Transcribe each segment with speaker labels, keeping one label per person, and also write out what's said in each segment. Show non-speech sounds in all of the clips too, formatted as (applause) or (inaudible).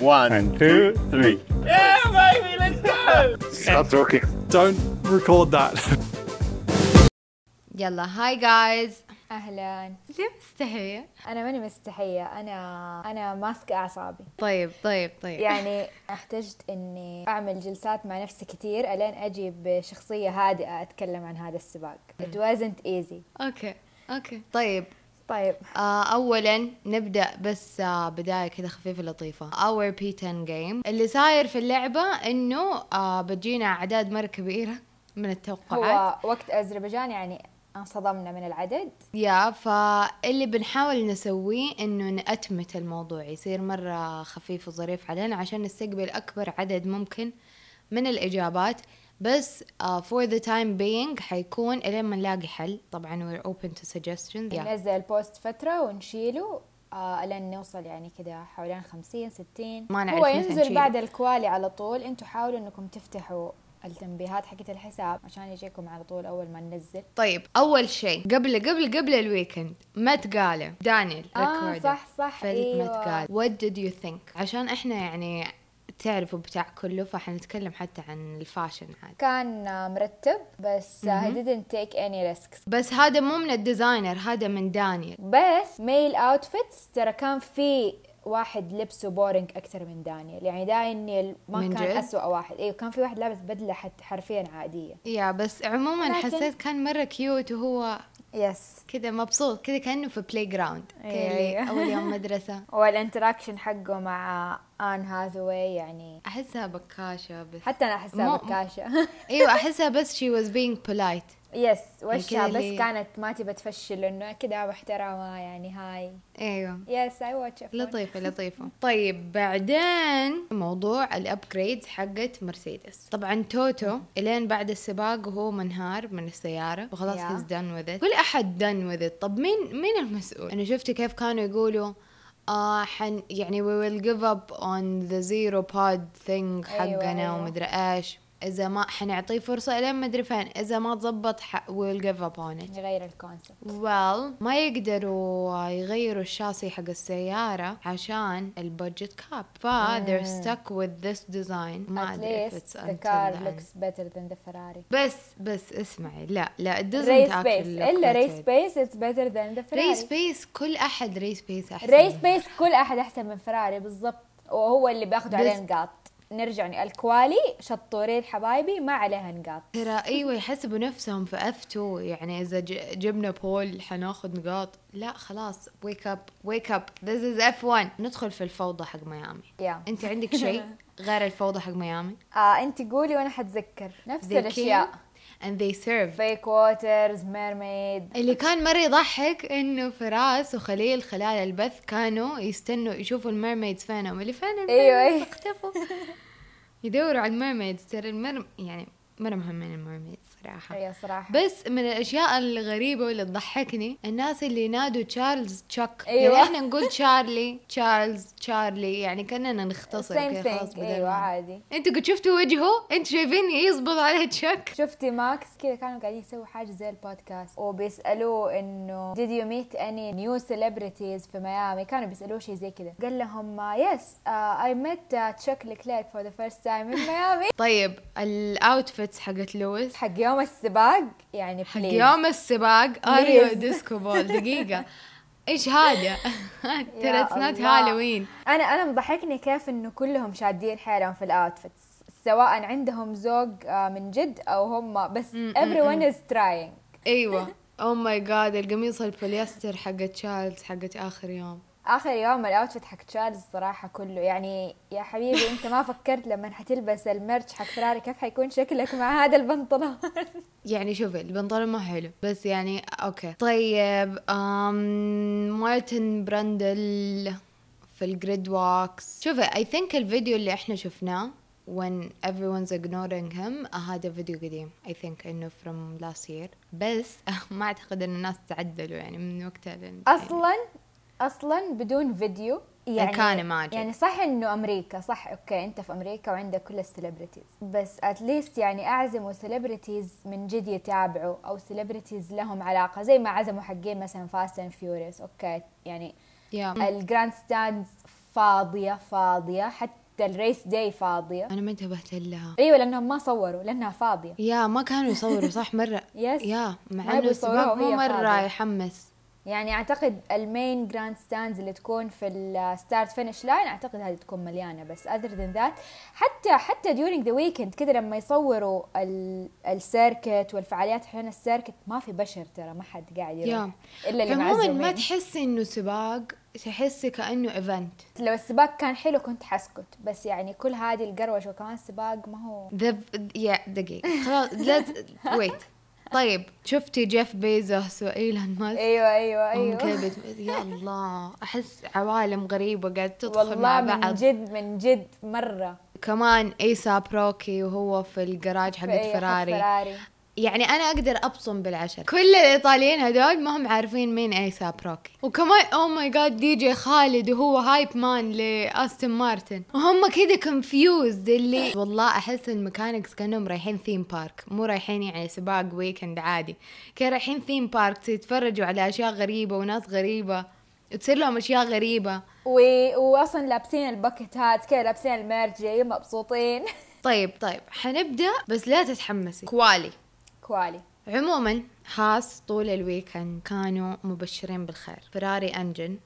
Speaker 1: One,
Speaker 2: And two, three.
Speaker 1: Yeah, baby, let's go.
Speaker 3: Stop talking.
Speaker 4: Don't record that.
Speaker 5: يلا هاي جايز
Speaker 6: اهلا
Speaker 5: ليه مستحية؟
Speaker 6: انا ماني مستحيه انا انا ماسكه اعصابي
Speaker 5: طيب طيب طيب
Speaker 6: يعني احتجت اني اعمل جلسات مع نفسي كثير الين اجي بشخصيه هادئه اتكلم عن هذا السباق it wasn't easy
Speaker 5: اوكي اوكي طيب
Speaker 6: طيب
Speaker 5: آه، اولا نبدا بس آه، بدايه كذا خفيفه لطيفه اور بي 10 جيم اللي صاير في اللعبه انه آه، بتجينا اعداد مره كبيره (laughs) من التوقعات
Speaker 6: هو وقت اذربيجان يعني انصدمنا من العدد
Speaker 5: يا فاللي بنحاول نسويه انه نأتمت الموضوع يصير مرة خفيف وظريف علينا عشان نستقبل اكبر عدد ممكن من الاجابات بس آه، فور ذا تايم being حيكون الين ما نلاقي حل طبعا we're open to suggestions yeah.
Speaker 6: ننزل البوست فتره ونشيله آه لين نوصل يعني كذا حوالين 50 60
Speaker 5: ما نعرف
Speaker 6: هو
Speaker 5: متى
Speaker 6: ينزل
Speaker 5: نشيله.
Speaker 6: بعد الكوالي على طول انتم حاولوا انكم تفتحوا التنبيهات حقت الحساب عشان يجيكم على طول اول ما ننزل
Speaker 5: طيب اول شيء قبل قبل قبل الويكند مت قالة دانيال
Speaker 6: اه
Speaker 5: recorded
Speaker 6: صح صح
Speaker 5: في المت
Speaker 6: ايوه
Speaker 5: قال what did you think عشان احنا يعني تعرفوا بتاع كله فحنتكلم حتى عن الفاشن عاد
Speaker 6: كان آه، مرتب بس I didn't take any risks
Speaker 5: بس هذا مو من الديزاينر هذا من دانيال
Speaker 6: بس ميل اوتفيتس ترى كان في واحد لبسه بورينج اكثر من دانيال يعني دانيال ما
Speaker 5: من
Speaker 6: كان
Speaker 5: جد؟
Speaker 6: اسوء واحد ايوه كان في واحد لابس بدله حت حرفيا عاديه
Speaker 5: يا بس عموما
Speaker 6: لكن-
Speaker 5: حسيت كان مره كيوت وهو
Speaker 6: يس
Speaker 5: كذا مبسوط كذا كانه في بلاي جراوند
Speaker 6: أيوة.
Speaker 5: كيلي اول
Speaker 6: (laughs)
Speaker 5: يوم مدرسه
Speaker 6: والانتراكشن حقه مع ان هاثاواي يعني
Speaker 5: احسها بكاشه بس
Speaker 6: حتى انا احسها
Speaker 5: مو-
Speaker 6: (laughs) بكاشه
Speaker 5: ايوه احسها بس she was being polite
Speaker 6: يس وشها
Speaker 5: كده
Speaker 6: بس
Speaker 5: اللي-
Speaker 6: كانت ما تبى تفشل انه كذا محترمه يعني هاي
Speaker 5: ايوه
Speaker 6: يس اي واتش
Speaker 5: لطيفة لطيفة (laughs) طيب بعدين موضوع الابجريدز حقت مرسيدس طبعا توتو الين بعد السباق وهو منهار من السيارة وخلاص
Speaker 6: Yeah.
Speaker 5: هيز دن وذ كل احد دن وذ طب مين مين المسؤول؟ انا شفت كيف كانوا يقولوا آه حن يعني we will give up on the zero pod thing
Speaker 6: أيوة،
Speaker 5: حقنا
Speaker 6: أيوة.
Speaker 5: ومدري ايش اذا ما حنعطيه فرصة الين مدري فين اذا ما تزبط ح... we'll give up on it
Speaker 6: نغير الكونسبت
Speaker 5: well ما يقدروا يغيروا الشاصي حق السيارة عشان البادجت كاب ف they're stuck with this design ما
Speaker 6: at
Speaker 5: ادري if
Speaker 6: least
Speaker 5: it's
Speaker 6: the
Speaker 5: until
Speaker 6: car
Speaker 5: the end.
Speaker 6: looks better than the Ferrari
Speaker 5: بس بس اسمعي لا لا it doesn't
Speaker 6: ري سبيس
Speaker 5: actually look
Speaker 6: الا ري
Speaker 5: better.
Speaker 6: سبيس اتس بيتر ذان ذا
Speaker 5: ري
Speaker 6: فيراري
Speaker 5: سبيس كل احد ري سبيس احسن
Speaker 6: ري سبيس كل احد احسن من فيراري بالضبط وهو اللي بياخذوا عليه
Speaker 5: بس-
Speaker 6: نقاط نرجع ن- الكوالي شطورين حبايبي ما عليها نقاط
Speaker 5: ترى ايوه يحسبوا نفسهم في اف 2 يعني اذا ج- جبنا بول حناخذ نقاط لا خلاص wake up wake up this is اف 1 ندخل في الفوضى حق ميامي
Speaker 6: يا
Speaker 5: انت عندك
Speaker 6: (laughs)
Speaker 5: شيء غير الفوضى حق ميامي
Speaker 6: آه انت قولي وانا حتذكر نفس
Speaker 5: They
Speaker 6: الاشياء
Speaker 5: came and they serve
Speaker 6: فيك ووترز ميرميد
Speaker 5: اللي كان مرة يضحك انه فراس وخليل خلال البث كانوا يستنوا يشوفوا الميرميدز فينهم اللي فين
Speaker 6: أيوة،
Speaker 5: الميرميدز
Speaker 6: أيوة.
Speaker 5: اختفوا يدوروا على الميرميدز ترى المرم يعني مرة مهمين الميرميدز صراحة
Speaker 6: هي صراحه
Speaker 5: بس من الاشياء الغريبه واللي تضحكني الناس اللي ينادوا تشارلز تشاك
Speaker 6: أيوة.
Speaker 5: يعني احنا نقول تشارلي تشارلز تشارلي يعني كاننا نختصر
Speaker 6: سيم
Speaker 5: كذا خلاص
Speaker 6: ثينك
Speaker 5: بدل
Speaker 6: ايوه
Speaker 5: ما-
Speaker 6: عادي
Speaker 5: انتوا قد شفتوا وجهه انتوا شايفين يزبط عليه تشاك
Speaker 6: شفتي ماكس كذا كانوا قاعدين يسووا حاجه زي البودكاست وبيسالوه انه did you meet any new celebrities في ميامي كانوا بيسالوه شيء زي كذا قال لهم uh, يس اي ميت تشاك لكلير فور ذا فيرست تايم in ميامي
Speaker 5: طيب الاوتفيتس حقت لويس
Speaker 6: (laughs) حق يوم السباق يعني
Speaker 5: حق
Speaker 6: please.
Speaker 5: يوم السباق اريو
Speaker 6: Please.
Speaker 5: ديسكو بول دقيقه ايش (laughs) هذا ترى
Speaker 6: يا
Speaker 5: اتس نوت
Speaker 6: الله.
Speaker 5: هالوين
Speaker 6: انا انا مضحكني كيف انه كلهم شادين حيلهم في الاوتفيتس سواء عندهم ذوق آه، من جد او هم بس everyone is trying
Speaker 5: ايوه او ماي جاد القميص البوليستر حق تشارلز حقت اخر يوم
Speaker 6: اخر يوم الاوتفيت حق تشارلز صراحه كله يعني يا حبيبي انت ما فكرت لما حتلبس الميرش حق فراري كيف حيكون شكلك مع هذا البنطلون (laughs)
Speaker 5: يعني شوفي البنطلون ما حلو بس يعني اوكي طيب أم مارتن براندل في الجريد واكس شوفي اي ثينك الفيديو اللي احنا شفناه when everyone's ignoring him هذا فيديو قديم I think انه from last year بس (laughs) ما اعتقد ان الناس تعدلوا يعني من وقتها لين
Speaker 6: اصلا اصلا بدون فيديو يعني
Speaker 5: كان ماجد.
Speaker 6: يعني صح انه امريكا صح اوكي انت في امريكا وعندك كل السليبرتيز بس اتليست يعني اعزموا سليبرتيز من جد يتابعوا او سليبرتيز لهم علاقه زي ما عزموا حقين مثلا فاست اند فيوريوس اوكي يعني
Speaker 5: yeah.
Speaker 6: الجراند ستاندز فاضيه فاضيه حتى الريس داي فاضيه
Speaker 5: انا ما انتبهت لها
Speaker 6: ايوه لانهم ما صوروا لانها فاضيه
Speaker 5: يا ما كانوا يصوروا صح
Speaker 6: (laughs)
Speaker 5: مره
Speaker 6: يس.
Speaker 5: يا
Speaker 6: ما
Speaker 5: مع انه
Speaker 6: يبوا يصوروها
Speaker 5: السباق مو
Speaker 6: وهي
Speaker 5: مره
Speaker 6: فاضية.
Speaker 5: يحمس
Speaker 6: يعني اعتقد المين جراند ستاندز اللي تكون في الستارت فينش لاين اعتقد هذه تكون مليانه بس اذر ذان ذات حتى حتى ديورينج ذا ويكند كذا لما يصوروا ال- السيركت والفعاليات حين السيركت ما في بشر ترى ما حد قاعد يروح
Speaker 5: يا
Speaker 6: الا اللي
Speaker 5: عموما ما
Speaker 6: معزومين
Speaker 5: تحسي انه سباق تحسي كانه ايفنت
Speaker 6: لو السباق كان حلو كنت حسكت بس يعني كل هذه القروش وكمان السباق ما هو
Speaker 5: ذا يا دقيقة
Speaker 6: (laughs)
Speaker 5: خلاص لا ويت طيب شفتي جيف بيزوس وايلون ماسك
Speaker 6: ايوه ايوه
Speaker 5: هم
Speaker 6: ايوه
Speaker 5: كذا بت- يا الله احس عوالم غريبة قاعد تدخل
Speaker 6: والله
Speaker 5: مع
Speaker 6: من
Speaker 5: بعض
Speaker 6: جد من جد مره
Speaker 5: كمان ايسا بروكي وهو في الجراج
Speaker 6: في-
Speaker 5: حق
Speaker 6: أيوة، حق
Speaker 5: فراري
Speaker 6: فراري
Speaker 5: يعني انا اقدر ابصم بالعشر كل الايطاليين هذول ما هم عارفين مين ايسا بروكي وكمان او ماي جاد Oh دي جي خالد وهو هايب مان لاستون مارتن وهم كذا كونفيوزد اللي والله احس الميكانكس كانهم رايحين ثيم بارك مو رايحين يعني سباق ويكند عادي كانوا رايحين ثيم بارك تتفرجوا على اشياء غريبه وناس غريبه تصير لهم اشياء غريبه
Speaker 6: و... واصلا لابسين الباكت هات كذا لابسين المرجي مبسوطين (laughs)
Speaker 5: طيب طيب حنبدا بس لا تتحمسي كوالي
Speaker 6: كوالي
Speaker 5: عموما هاس طول الويكند كانوا مبشرين بالخير فراري انجن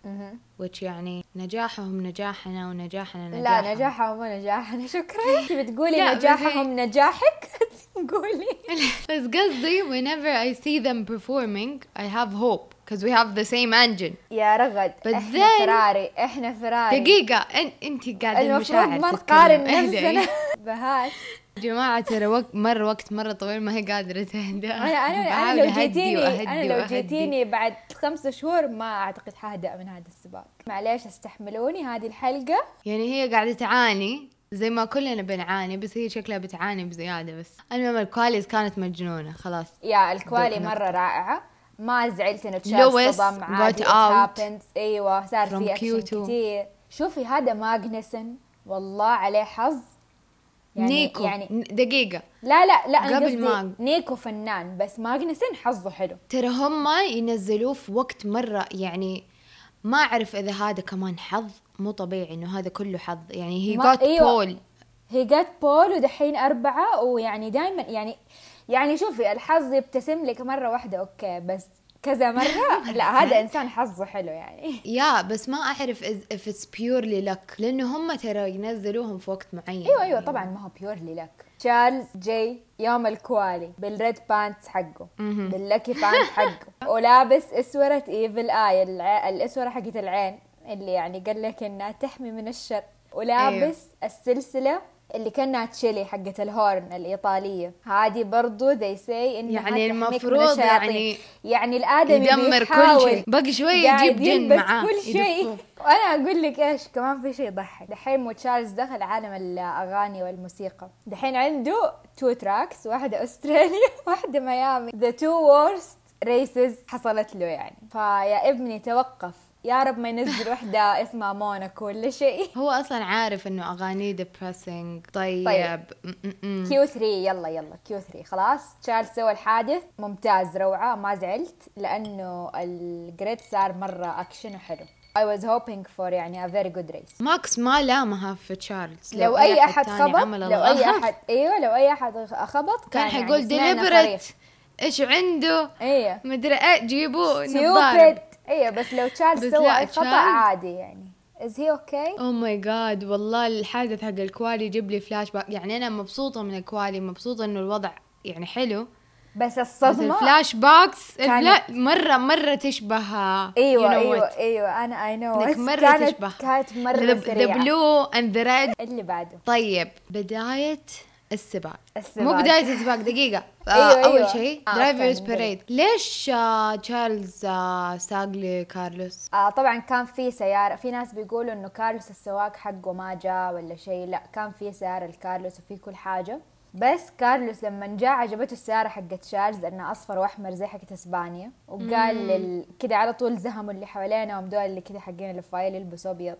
Speaker 5: which يعني نجاحهم نجاحنا ونجاحنا نجاحهم
Speaker 6: لا نجاحهم (laughs) مو نجاحنا شكرا
Speaker 5: (laughs)
Speaker 6: انت
Speaker 5: لا،
Speaker 6: بتقولي
Speaker 5: بس
Speaker 6: نجاحهم نجاحك (laughs) قولي
Speaker 5: (laughs) بس قصدي whenever I see them performing I have hope because we have the same engine
Speaker 6: يا رغد
Speaker 5: But
Speaker 6: احنا
Speaker 5: then-
Speaker 6: فراري احنا فراري
Speaker 5: دقيقة ان انت قاعدة
Speaker 6: أيوة. المفروض
Speaker 5: المشاعر
Speaker 6: ما
Speaker 5: تتكلم. (laughs)
Speaker 6: نقارن
Speaker 5: اهدئي.
Speaker 6: نفسنا (laughs) بهاس
Speaker 5: يا جماعة ترى وقت مر وقت مرة طويل ما هي قادرة تهدأ
Speaker 6: انا انا انا
Speaker 5: بحاول
Speaker 6: لو
Speaker 5: أهدي
Speaker 6: جيتيني
Speaker 5: وأهدي
Speaker 6: انا لو
Speaker 5: وأهدي.
Speaker 6: جيتيني بعد خمس شهور ما اعتقد حهدأ من هذا السباق معليش استحملوني هذه الحلقة
Speaker 5: يعني هي قاعدة تعاني زي ما كلنا بنعاني بس هي شكلها بتعاني بزيادة بس المهم الكواليز كانت مجنونة خلاص
Speaker 6: يا الكوالي
Speaker 5: دوب
Speaker 6: مرة رائعة ما زعلت انه
Speaker 5: لويس
Speaker 6: تشاف صدم عادي
Speaker 5: got
Speaker 6: it
Speaker 5: out
Speaker 6: happens. ايوه صار
Speaker 5: from
Speaker 6: في اكشن
Speaker 5: Q2.
Speaker 6: كتير شوفي هذا ماجنسن والله عليه حظ يعني
Speaker 5: نيكو
Speaker 6: يعني
Speaker 5: يعني دقيقة
Speaker 6: لا لا لا أنا
Speaker 5: قبل
Speaker 6: قصدي
Speaker 5: ماج.
Speaker 6: نيكو فنان بس ماجنسن حظه حلو
Speaker 5: ترى هم ينزلوه في وقت مرة يعني ما أعرف إذا هذا كمان حظ مو طبيعي إنه هذا كله حظ يعني هي
Speaker 6: ما- أيوة.
Speaker 5: جوت بول
Speaker 6: هي جات بول ودحين أربعة ويعني دائما يعني يعني شوفي الحظ يبتسم لك مرة واحدة أوكي بس كذا مرة لا
Speaker 5: (laughs)
Speaker 6: هذا إنسان حظه حلو يعني
Speaker 5: يا بس ما أعرف إذا if it's purely luck لأنه هم ترى ينزلوهم في وقت معين
Speaker 6: أيوه أيوه
Speaker 5: يعني.
Speaker 6: طبعا ما هو بيورلي لك تشارلز جاي يوم الكوالي بالريد بانتس حقه باللكي بانت
Speaker 5: (laughs)
Speaker 6: حقه ولابس أسورة إيفل آي الع... الأسورة حقت العين اللي يعني قال لك إنها تحمي من الشر ولابس
Speaker 5: أيوه.
Speaker 6: السلسلة اللي كانها تشيلي حقت الهورن الإيطالية هذه برضو they say إنها
Speaker 5: يعني
Speaker 6: تحميك من
Speaker 5: المفروض
Speaker 6: الشياطين.
Speaker 5: يعني
Speaker 6: يعني الآدمي
Speaker 5: يدمر كل
Speaker 6: بيحاول
Speaker 5: شيء باقي شوي
Speaker 6: قاعد
Speaker 5: يجيب جن
Speaker 6: يلبس
Speaker 5: معاه
Speaker 6: كل شيء
Speaker 5: يدفوه.
Speaker 6: وانا اقول لك ايش كمان في شيء يضحك دحين مو تشارلز دخل عالم الاغاني والموسيقى دحين عنده تو تراكس واحده (laughs) استراليا واحده ميامي ذا تو وورست ريسز حصلت له يعني فيا ابني توقف يا رب ما ينزل واحده اسمها موناكو ولا شيء
Speaker 5: هو أصلا عارف إنه أغانيه depressing طيب,
Speaker 6: طيب.
Speaker 5: م- م- م.
Speaker 6: كيو 3 يلا يلا كيو 3 خلاص تشارلز سوى الحادث ممتاز روعه ما زعلت لانه الجريد صار مره اكشن وحلو I was hoping for يعني a very good race
Speaker 5: ماكس ما لامها في تشارلز
Speaker 6: لو اي احد
Speaker 5: تاني
Speaker 6: خبط
Speaker 5: عمل
Speaker 6: لو اي
Speaker 5: (laughs) الغلط،
Speaker 6: احد ايوه لو اي احد غ- خبط
Speaker 5: كان
Speaker 6: يعني
Speaker 5: حيقول
Speaker 6: سمعنا
Speaker 5: ديليبرت
Speaker 6: صريخ.
Speaker 5: ايش عنده
Speaker 6: ايه
Speaker 5: مدري ايه جيبوه
Speaker 6: ستيوبد
Speaker 5: نظاره
Speaker 6: ايه بس لو
Speaker 5: بس
Speaker 6: تشارلز سوى
Speaker 5: لا،
Speaker 6: اي خطا
Speaker 5: تشارلز-
Speaker 6: عادي يعني از هي اوكي
Speaker 5: او ماي جاد Oh والله الحادث حق الكوالي يجيب لي فلاش باك يعني انا مبسوطه من الكوالي مبسوطه انه الوضع يعني حلو بس
Speaker 6: بس الصدمه
Speaker 5: الفلاش باكس
Speaker 6: كانت-
Speaker 5: الفلا مره مره تشبه
Speaker 6: ايوه
Speaker 5: you know
Speaker 6: ايوه
Speaker 5: what.
Speaker 6: ايوه انا اي نو
Speaker 5: انك مره
Speaker 6: كانت
Speaker 5: تشبه
Speaker 6: كانت مره
Speaker 5: ذا
Speaker 6: سريعه
Speaker 5: بلو اند ذا ريد
Speaker 6: اللي بعده
Speaker 5: طيب بداية السباق
Speaker 6: السباق.
Speaker 5: مو بداية السباق
Speaker 6: (laughs)
Speaker 5: دقيقة آه
Speaker 6: أيوة،
Speaker 5: أول
Speaker 6: أيوة.
Speaker 5: شيء
Speaker 6: آه،
Speaker 5: درايفرز
Speaker 6: كان
Speaker 5: بريد
Speaker 6: بريد.
Speaker 5: ليش آه تشارلز آه ساق لكارلوس
Speaker 6: آه طبعا كان في سيارة في ناس بيقولوا انه كارلوس السواق حقه ما جاء ولا شيء لا كان في سيارة لكارلوس وفي كل حاجة بس كارلوس لما جاء عجبته السيارة حقت تشارلز انها اصفر واحمر زي حقت اسبانيا وقال لل... كده على طول زهموا اللي حوالينهم دول اللي كده حقين الفايل يلبسوا ابيض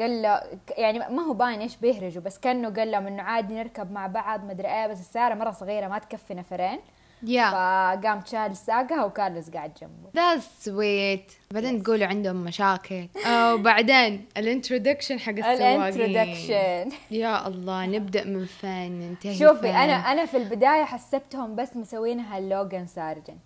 Speaker 6: قال له يعني ما هو باين ايش إيه، بيهرجوا بس كانه قال لهم انه عادي نركب مع بعض مدري ايه بس السيارة مرة صغيرة ما تكفي نفرين
Speaker 5: Yeah.
Speaker 6: فقام شال ساقها وكارلس قاعد جنبه
Speaker 5: That's sweet. بعدين تقولوا عندهم
Speaker 6: (laughs)
Speaker 5: مشاكل. آه، وبعدين الانترودكشن حق السواقين.
Speaker 6: الانترودكشن
Speaker 5: يا الله نبدأ من فين ننتهي
Speaker 6: شوفي
Speaker 5: فين.
Speaker 6: انا انا في البدايه حسبتهم بس مسوينها لوجان سارجنت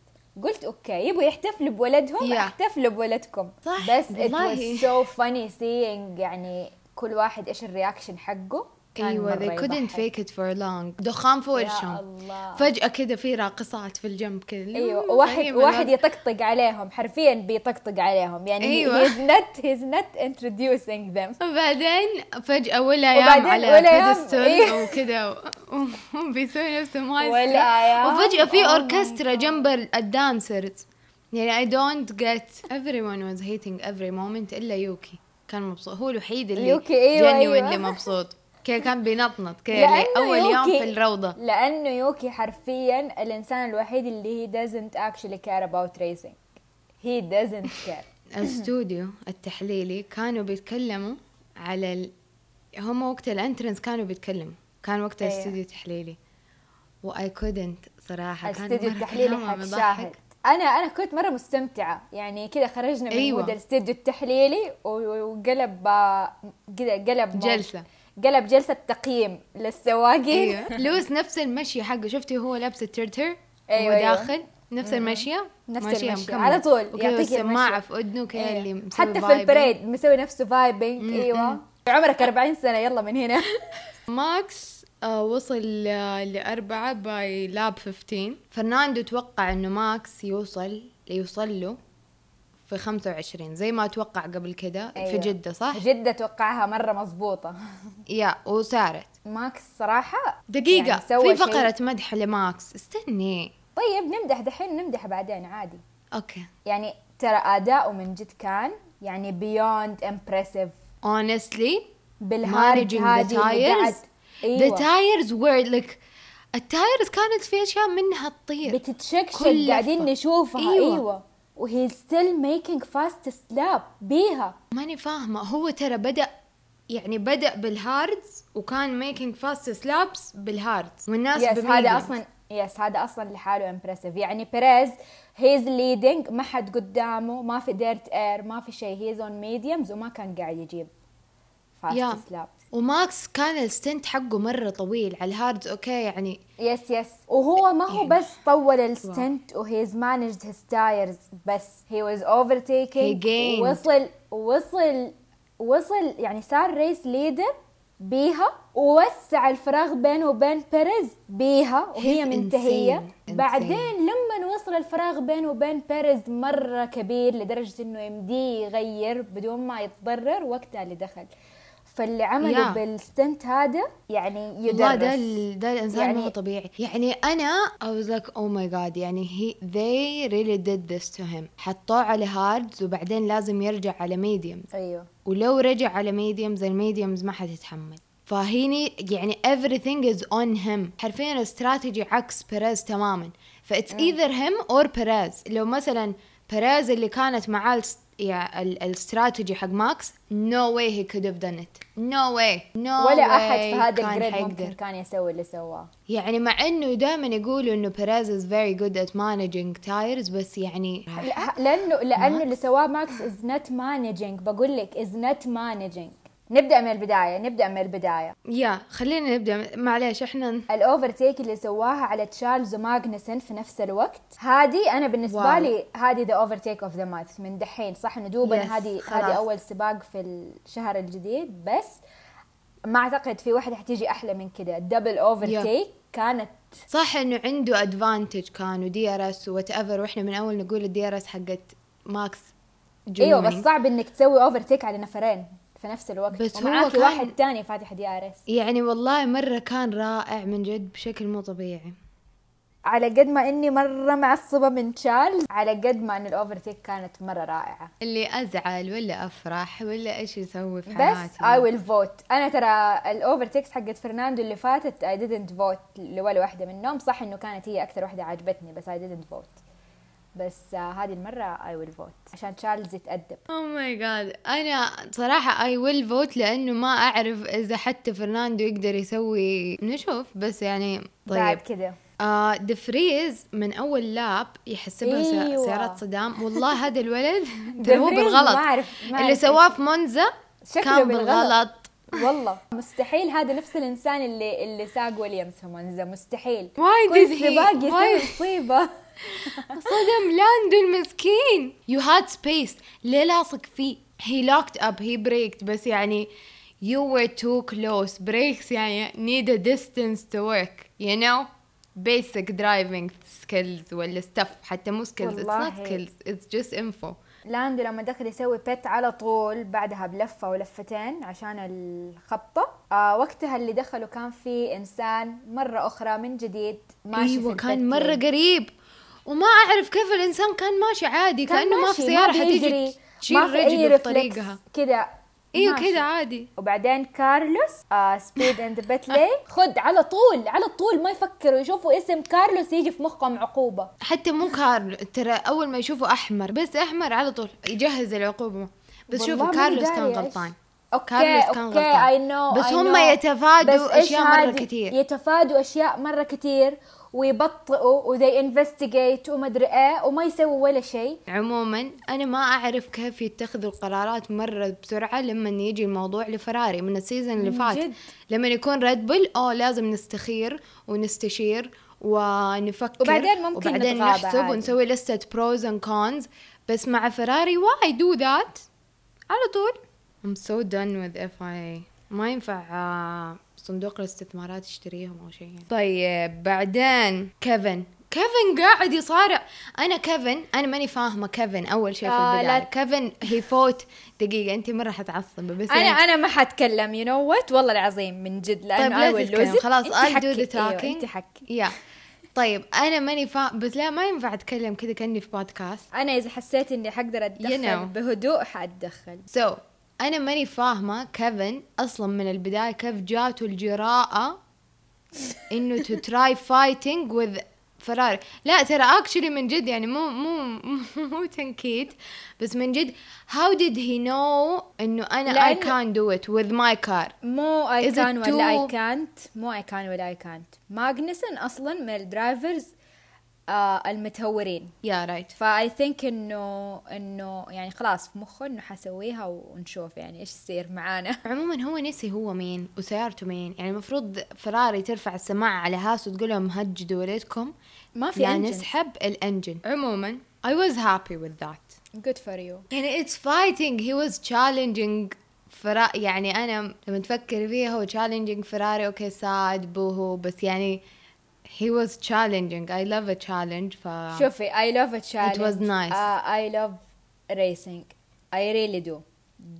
Speaker 6: قلت اوكي يبغوا يحتفلوا بولدهم
Speaker 5: Yeah.
Speaker 6: احتفلوا بولدكم
Speaker 5: صح،
Speaker 6: بس it
Speaker 5: والله.
Speaker 6: was so funny seeing يعني كل واحد ايش الرياكشن حقه كان
Speaker 5: ايوه
Speaker 6: مرة
Speaker 5: they couldn't
Speaker 6: يضحك.
Speaker 5: fake it for long دخان فوق
Speaker 6: يا
Speaker 5: وشهم
Speaker 6: الله.
Speaker 5: فجأة كده في راقصات في الجنب طيب، كده
Speaker 6: ايوه واحد
Speaker 5: أيوة،
Speaker 6: واحد يطقطق عليهم حرفيا بيطقطق عليهم يعني
Speaker 5: أيوة.
Speaker 6: أيوة. he's not he's not introducing them
Speaker 5: بعدين فجأة ولا يام
Speaker 6: وبعدين
Speaker 5: على
Speaker 6: ولا يام،
Speaker 5: بيدستل
Speaker 6: إيه.
Speaker 5: وكده و- و- (laughs) بيسوي نفسه ما
Speaker 6: ولا
Speaker 5: يسمع.
Speaker 6: يام،
Speaker 5: وفجأة في
Speaker 6: oh my
Speaker 5: أوركسترا جنب ال- الدانسرز يعني I don't get everyone was hating every moment إلا يوكي كان مبسوط هو الوحيد اللي
Speaker 6: يوكي، أيوة،
Speaker 5: genuinely
Speaker 6: أيوة.
Speaker 5: مبسوط كي كان بينطنط كي
Speaker 6: لأنه
Speaker 5: أول يوم
Speaker 6: يوكي-
Speaker 5: في الروضة
Speaker 6: لانه يوكي حرفيا الانسان الوحيد اللي he doesn't actually care about racing he doesn't
Speaker 5: (laughs)
Speaker 6: care
Speaker 5: الاستوديو التحليلي كانوا بيتكلموا على ال... هم وقت الانترنس كانوا بيتكلموا كان وقت
Speaker 6: إيه.
Speaker 5: الاستوديو التحليلي واي كودنت صراحه كان
Speaker 6: الاستديو
Speaker 5: مرة
Speaker 6: التحليلي
Speaker 5: كلامهم
Speaker 6: حق
Speaker 5: يضحك.
Speaker 6: شاهد انا انا كنت مره مستمتعه يعني كذا خرجنا من
Speaker 5: أيوة.
Speaker 6: أيوة. مود الاستديو التحليلي و- وقلب آه، كذا قلب مود-
Speaker 5: جلسة.
Speaker 6: قلب جلسه تقييم للسواقين
Speaker 5: ايوه
Speaker 6: (laughs)
Speaker 5: لويس نفس المشي حقه شفتي هو لابس الترتر
Speaker 6: أيوة،
Speaker 5: هو
Speaker 6: أيوة.
Speaker 5: داخل نفس المشيه
Speaker 6: نفس
Speaker 5: ماشية
Speaker 6: المشية،
Speaker 5: مكمل.
Speaker 6: على طول،
Speaker 5: وكذا
Speaker 6: يعطيك
Speaker 5: السماعه
Speaker 6: المشية.
Speaker 5: في اذنه كذا
Speaker 6: إيه.
Speaker 5: اللي مسوي
Speaker 6: حتى في
Speaker 5: vibing.
Speaker 6: البريد مسوي نفسه فايبنج ايوه عمرك 40 سنه يلا من هنا
Speaker 5: ماكس آه، وصل آه، لأربعة باي لاب 15 فرناندو توقع إنه ماكس يوصل يوصل له في 25 زي ما توقع قبل كده أيوة. في جدة
Speaker 6: (laughs)
Speaker 5: صح؟
Speaker 6: في جده توقعها مره مظبوطه
Speaker 5: يا وسارت
Speaker 6: ماكس صراحه
Speaker 5: دقيقة
Speaker 6: يعني
Speaker 5: يعني
Speaker 6: سوى
Speaker 5: في
Speaker 6: شيء-
Speaker 5: فقرة مدح لماكس استني
Speaker 6: طيب نمدح دحين نمدح بعدين عادي
Speaker 5: اوكي
Speaker 6: يعني ترى اداؤه من جد كان يعني بيوند امبرسيف
Speaker 5: honestly
Speaker 6: بالهارج
Speaker 5: managing
Speaker 6: هذه
Speaker 5: the
Speaker 6: اللي
Speaker 5: tires the
Speaker 6: قاعد ايوه
Speaker 5: tires were like التايرز كانت في اشياء منها تطير كل
Speaker 6: بتتشكشك قاعدين
Speaker 5: لفة.
Speaker 6: نشوفها
Speaker 5: أيوة.
Speaker 6: ايوه, أيوة. وهي ستيل ميكينج فاست سلاب بيها
Speaker 5: ماني فاهمة هو ترى بدأ يعني بدأ بالهاردز وكان ميكينج فاست سلابس بالهاردز والناس
Speaker 6: يس
Speaker 5: بميديم.
Speaker 6: هذا اصلا يس هذا اصلا لحاله امبرسيف يعني بيريز هيز ليدنج ما حد قدامه ما في ديرت اير ما في شيء هيز اون ميديومز وما كان قاعد يجيب
Speaker 5: يا.
Speaker 6: فاست سلاب
Speaker 5: وماكس كان الستنت حقه مرة طويل على الهاردز اوكي يعني
Speaker 6: يس يس وهو ما هو بس طول
Speaker 5: واو.
Speaker 6: الستنت وهيز مانجد هيز تايرز بس هي واز اوفر
Speaker 5: He gained.
Speaker 6: وصل وصل وصل يعني صار ريس ليدر بيها ووسع الفراغ بينه وبين بيريز بيها وهي
Speaker 5: He's
Speaker 6: منتهية
Speaker 5: insane. Insane.
Speaker 6: بعدين لما وصل الفراغ بينه وبين بيريز مرة كبير لدرجة انه يمديه يغير بدون ما يتضرر وقتها اللي دخل فاللي عمله
Speaker 5: Yeah.
Speaker 6: بالستنت هذا يعني يدرس
Speaker 5: والله ده ال- ده الانسان يعني
Speaker 6: يعني-
Speaker 5: ما هو طبيعي يعني انا I was like oh my god يعني he they really did this to him حطوه على هاردز وبعدين لازم يرجع على ميديمز
Speaker 6: ايوه
Speaker 5: ولو رجع على ميديمز الميديمز ما حتتحمل فهيني يعني everything is on him حرفيا الاستراتيجي عكس بيريز تماما فإتس either him or بيريز لو مثلا بيريز اللي كانت معاه الس- يع- ال- الاستراتيجي حق ماكس no way he could have done it no way no
Speaker 6: ولا
Speaker 5: way
Speaker 6: احد في هذا
Speaker 5: آه، كان
Speaker 6: الجريد
Speaker 5: حيقدر.
Speaker 6: ممكن كان يسوي اللي سواه
Speaker 5: يعني مع انه دائما يقولوا انه بيريز is very good at managing tires بس يعني
Speaker 6: لا- لانه لانه اللي سواه ماكس از نوت مانجينج بقول لك از نوت مانجينج نبدا من البدايه نبدا من البدايه
Speaker 5: يا خلينا نبدا معليش احنا
Speaker 6: الاوفر تيك اللي سواها على تشارلز وماغنسن في نفس الوقت هذه انا بالنسبه
Speaker 5: واو.
Speaker 6: واو. لي هذه ذا اوفر تيك اوف ذا مانث من دحين صح انه
Speaker 5: Yes،
Speaker 6: دوبنا هذه
Speaker 5: خلاص.
Speaker 6: هذه اول سباق في الشهر الجديد بس ما اعتقد في واحده حتيجي احلى من كده دبل اوفر
Speaker 5: Yeah.
Speaker 6: تيك كانت
Speaker 5: صح انه عنده ادفانتج كان ودي ار اس وات ايفر واحنا من اول نقول الدي ار اس حقت ماكس جنوني
Speaker 6: ايوه بس صعب انك تسوي اوفر تيك على نفرين في نفس الوقت
Speaker 5: بس
Speaker 6: بس
Speaker 5: هو
Speaker 6: ومعاكي
Speaker 5: كان-
Speaker 6: واحد تاني فاتح دي ار اس
Speaker 5: يعني والله مره كان رائع من جد بشكل مو طبيعي
Speaker 6: على قد ما اني مره معصبه من تشارلز على قد ما ان الاوفر تيك كانت مره رائعه
Speaker 5: اللي ازعل ولا افرح ولا ايش يسوي في
Speaker 6: بس
Speaker 5: حياتي
Speaker 6: اي ويل فوت انا ترى الاوفر تيكس حقت فرناندو اللي فاتت اي didnt فوت لولا واحده منهم صح انه كانت هي اكثر واحده عجبتني بس اي didnt فوت بس آه، هذه المره اي ويل فوت عشان تشارلز يتادب
Speaker 5: او ماي جاد انا صراحه اي ويل فوت لانه ما اعرف اذا حتى فرناندو يقدر يسوي نشوف بس يعني
Speaker 6: بعد
Speaker 5: طيب
Speaker 6: كده
Speaker 5: آه دفريز من اول لاب يحسبها
Speaker 6: أيوة.
Speaker 5: أيوة. سيارات صدام والله هذا
Speaker 6: (laughs)
Speaker 5: الولد ترى هو
Speaker 6: دفريز
Speaker 5: بالغلط
Speaker 6: ما أعرف- ما
Speaker 5: اللي
Speaker 6: أعرف
Speaker 5: سواه في مونزا
Speaker 6: شكله
Speaker 5: كان
Speaker 6: بالغلط. (laughs)
Speaker 5: بالغلط
Speaker 6: والله مستحيل هذا نفس الانسان اللي اللي ساق ويليامز في مونزا مستحيل
Speaker 5: Why
Speaker 6: كل
Speaker 5: did he-
Speaker 6: سباق يسوي
Speaker 5: why-
Speaker 6: مصيبه
Speaker 5: صدم لاندو المسكين يو هاد سبيس ليه لاصق فيه هي لوكت اب هي بريكت بس يعني you were too close breaks يعني need a distance to work you know basic driving skills ولا stuff حتى مو skills it's not
Speaker 6: والله.
Speaker 5: skills it's just info
Speaker 6: لاندو لما دخل يسوي بيت على طول بعدها بلفة ولفتين عشان الخبطة آه وقتها اللي دخلوا كان في إنسان مرة أخرى من جديد ماشي
Speaker 5: ايوه
Speaker 6: في
Speaker 5: كان
Speaker 6: البيت
Speaker 5: مرة
Speaker 6: ليه.
Speaker 5: قريب وما اعرف كيف الانسان كان ماشي عادي
Speaker 6: كان
Speaker 5: كانه ما
Speaker 6: ماشي،
Speaker 5: في سيارة
Speaker 6: بيجري،
Speaker 5: حتيجي تشيل
Speaker 6: ما في أي
Speaker 5: رجله في
Speaker 6: ريفلكس،
Speaker 5: طريقها
Speaker 6: كده
Speaker 5: ايوه
Speaker 6: ماشي.
Speaker 5: كذا عادي
Speaker 6: وبعدين كارلوس آه سبيد اند بتلي (laughs) خد على طول على طول ما يفكروا يشوفوا اسم كارلوس يجي في مخهم عقوبة
Speaker 5: حتى مو كارل ترى اول ما يشوفه احمر بس احمر على طول يجهز العقوبه بس
Speaker 6: والله
Speaker 5: شوفوا
Speaker 6: ماني
Speaker 5: كارلوس كان
Speaker 6: دارية إيش.
Speaker 5: غلطان
Speaker 6: اوكي
Speaker 5: كارلوس كان
Speaker 6: اوكي
Speaker 5: غلطان.
Speaker 6: اي نو
Speaker 5: بس هم يتفادوا أشياء مرة كتير.
Speaker 6: يتفادوا اشياء مره كتير ويبطئوا وذي انفستيجيت ومدري ايه وما يسووا ولا شيء
Speaker 5: عموما انا ما اعرف كيف يتخذوا القرارات مره بسرعه لما يجي الموضوع لفراري من السيزون اللي
Speaker 6: من
Speaker 5: فات
Speaker 6: جد.
Speaker 5: لما يكون ريد بول او لازم نستخير ونستشير ونفكر
Speaker 6: وبعدين ممكن
Speaker 5: وبعدين
Speaker 6: نتغاضى
Speaker 5: نحسب
Speaker 6: عادي.
Speaker 5: ونسوي لستة بروز اند كونز بس مع فراري واي دو ذات على طول I'm so done with FIA ما ينفع آه، صندوق الاستثمارات يشتريهم او شيء يعني. طيب بعدين كيفن كيفن قاعد يصارع انا كيفن انا ماني فاهمه كيفن اول شيء في
Speaker 6: آه، لا
Speaker 5: البدايه كيفن هي فوت دقيقه انت مره حتعصبي بس
Speaker 6: انا
Speaker 5: يعني-
Speaker 6: انا ما حتكلم يو نو وات والله العظيم من جد
Speaker 5: طيب لا
Speaker 6: لانه I will
Speaker 5: تتكلم
Speaker 6: lose it.
Speaker 5: خلاص
Speaker 6: انت
Speaker 5: I'll do
Speaker 6: حكي.
Speaker 5: the talking
Speaker 6: أيوة، انت حكي
Speaker 5: يا طيب انا ماني فا بس لا ما ينفع اتكلم كذا كاني في بودكاست
Speaker 6: انا اذا حسيت اني حقدر اتدخل
Speaker 5: know.
Speaker 6: بهدوء حاتدخل
Speaker 5: سو so, انا ماني فاهمه كيفن اصلا من البدايه كيف جاته الجراءه انه تو تراي فايتنج وذ فراري لا ترى اكشلي من جد يعني مو مو مو تنكيد بس من جد هاو ديد هي نو انه انا اي
Speaker 6: لأنه-
Speaker 5: كان دو ات وذ ماي كار
Speaker 6: مو اي
Speaker 5: Is it
Speaker 6: كان ولا اي
Speaker 5: too-
Speaker 6: كانت مو اي كان ولا اي كانت ماجنسون اصلا من الدرايفرز آه المتهورين
Speaker 5: يا رايت
Speaker 6: فاي ثينك انه انه يعني خلاص في مخه انه حسويها ونشوف يعني ايش يصير معانا (laughs)
Speaker 5: عموما هو نسي هو مين وسيارته مين يعني المفروض فراري ترفع السماعة على هاس وتقول لهم هجدوا وليتكم
Speaker 6: ما في
Speaker 5: لا
Speaker 6: engines.
Speaker 5: نسحب الانجن عموما I was happy with that
Speaker 6: جود فور يو
Speaker 5: يعني it's fighting he was challenging فرا يعني أنا لما تفكر فيها هو challenging فراري أوكي ساد بوهو بس يعني he was challenging I love a challenge ف
Speaker 6: شوفي اي لاف ا تشالنج
Speaker 5: was nice.
Speaker 6: اي لاف ريسنج اي ريلي دو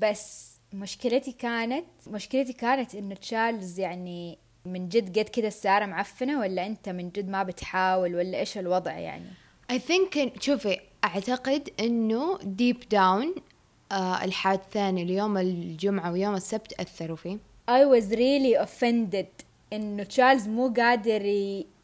Speaker 6: بس مشكلتي كانت مشكلتي كانت انه تشارلز يعني من جد قد كده السيارة معفنة ولا انت من جد ما بتحاول ولا ايش الوضع يعني
Speaker 5: I think إن- شوفي أعتقد إنه deep down آه الحادثان اليوم الجمعة ويوم السبت أثروا فيه
Speaker 6: I was really offended انه تشارلز مو قادر ي-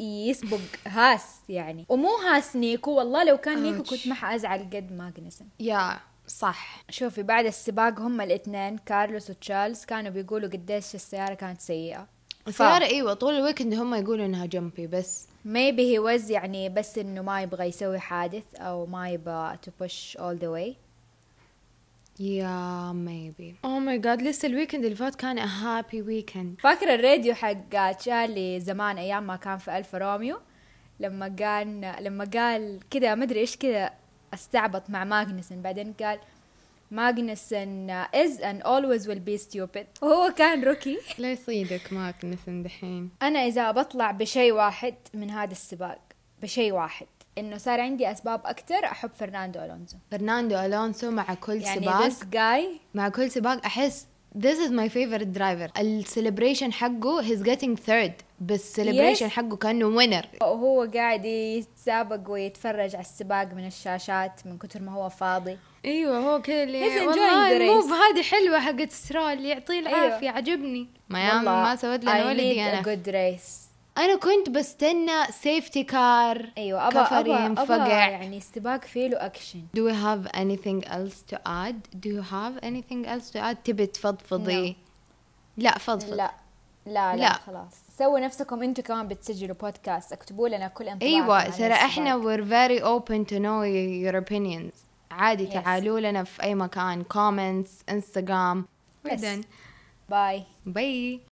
Speaker 6: يسبق هاس يعني ومو هاس نيكو والله لو كان نيكو
Speaker 5: Ouch.
Speaker 6: كنت ما حازعل قد ماجنسن
Speaker 5: يا صح
Speaker 6: شوفي بعد السباق هم الاثنين كارلوس وتشارلز كانوا بيقولوا قديش السيارة كانت سيئة
Speaker 5: السيارة ايوه طول الويكند هم يقولوا انها جمبي بس
Speaker 6: maybe he was يعني بس انه ما يبغى يسوي حادث او ما يبغى to push all the way
Speaker 5: يا ميبي او ماي جاد Oh لسه الويكند اللي فات كان هابي ويكند
Speaker 6: فاكرة الراديو حق تشارلي زمان أيام ما كان في ألفا روميو لما قال لما قال كذا ما أدري إيش كذا استعبط مع ماغنسن بعدين قال ماغنسن is and always will be stupid وهو كان روكي
Speaker 5: لا يصيدك ماكنسن دحين
Speaker 6: أنا إذا بطلع بشيء واحد من هذا السباق بشيء واحد إنه صار عندي أسباب أكتر أحب فرناندو ألونزو
Speaker 5: فرناندو الونسو مع كل
Speaker 6: يعني
Speaker 5: سباق
Speaker 6: this guy
Speaker 5: مع كل سباق احس This is my favorite driver السليبريشن حقه he's getting third بس celebration
Speaker 6: Yes.
Speaker 5: حقه كانه وينر
Speaker 6: وهو قاعد يتسابق ويتفرج على السباق من الشاشات من كتر ما هو فاضي
Speaker 5: ايوه هو كذا اللي
Speaker 6: He's enjoying the
Speaker 5: والله الموف
Speaker 6: race. أيوة.
Speaker 5: هذه حلوه حقت سترول يعطيه العافيه عجبني ما ما سوت لنا ولدي انا
Speaker 6: جود ريس
Speaker 5: انا كنت بستنى سيفتي كار
Speaker 6: ايوه ابغى
Speaker 5: كفر
Speaker 6: ابغى ابغى
Speaker 5: ينفقع
Speaker 6: يعني سباق فيه له اكشن
Speaker 5: Do you have anything else to add? Do you have anything else to add? تبي تفضفضي؟ لا فضفض
Speaker 6: لا لا لا,
Speaker 5: لا.
Speaker 6: خلاص سووا نفسكم انتم كمان بتسجلوا بودكاست اكتبوا لنا كل انطباعاتكم
Speaker 5: ايوه
Speaker 6: عن
Speaker 5: ترى احنا
Speaker 6: السباق.
Speaker 5: we're very open to know your opinions عادي
Speaker 6: Yes.
Speaker 5: تعالوا لنا في اي مكان comments انستغرام
Speaker 6: Yes. باي
Speaker 5: باي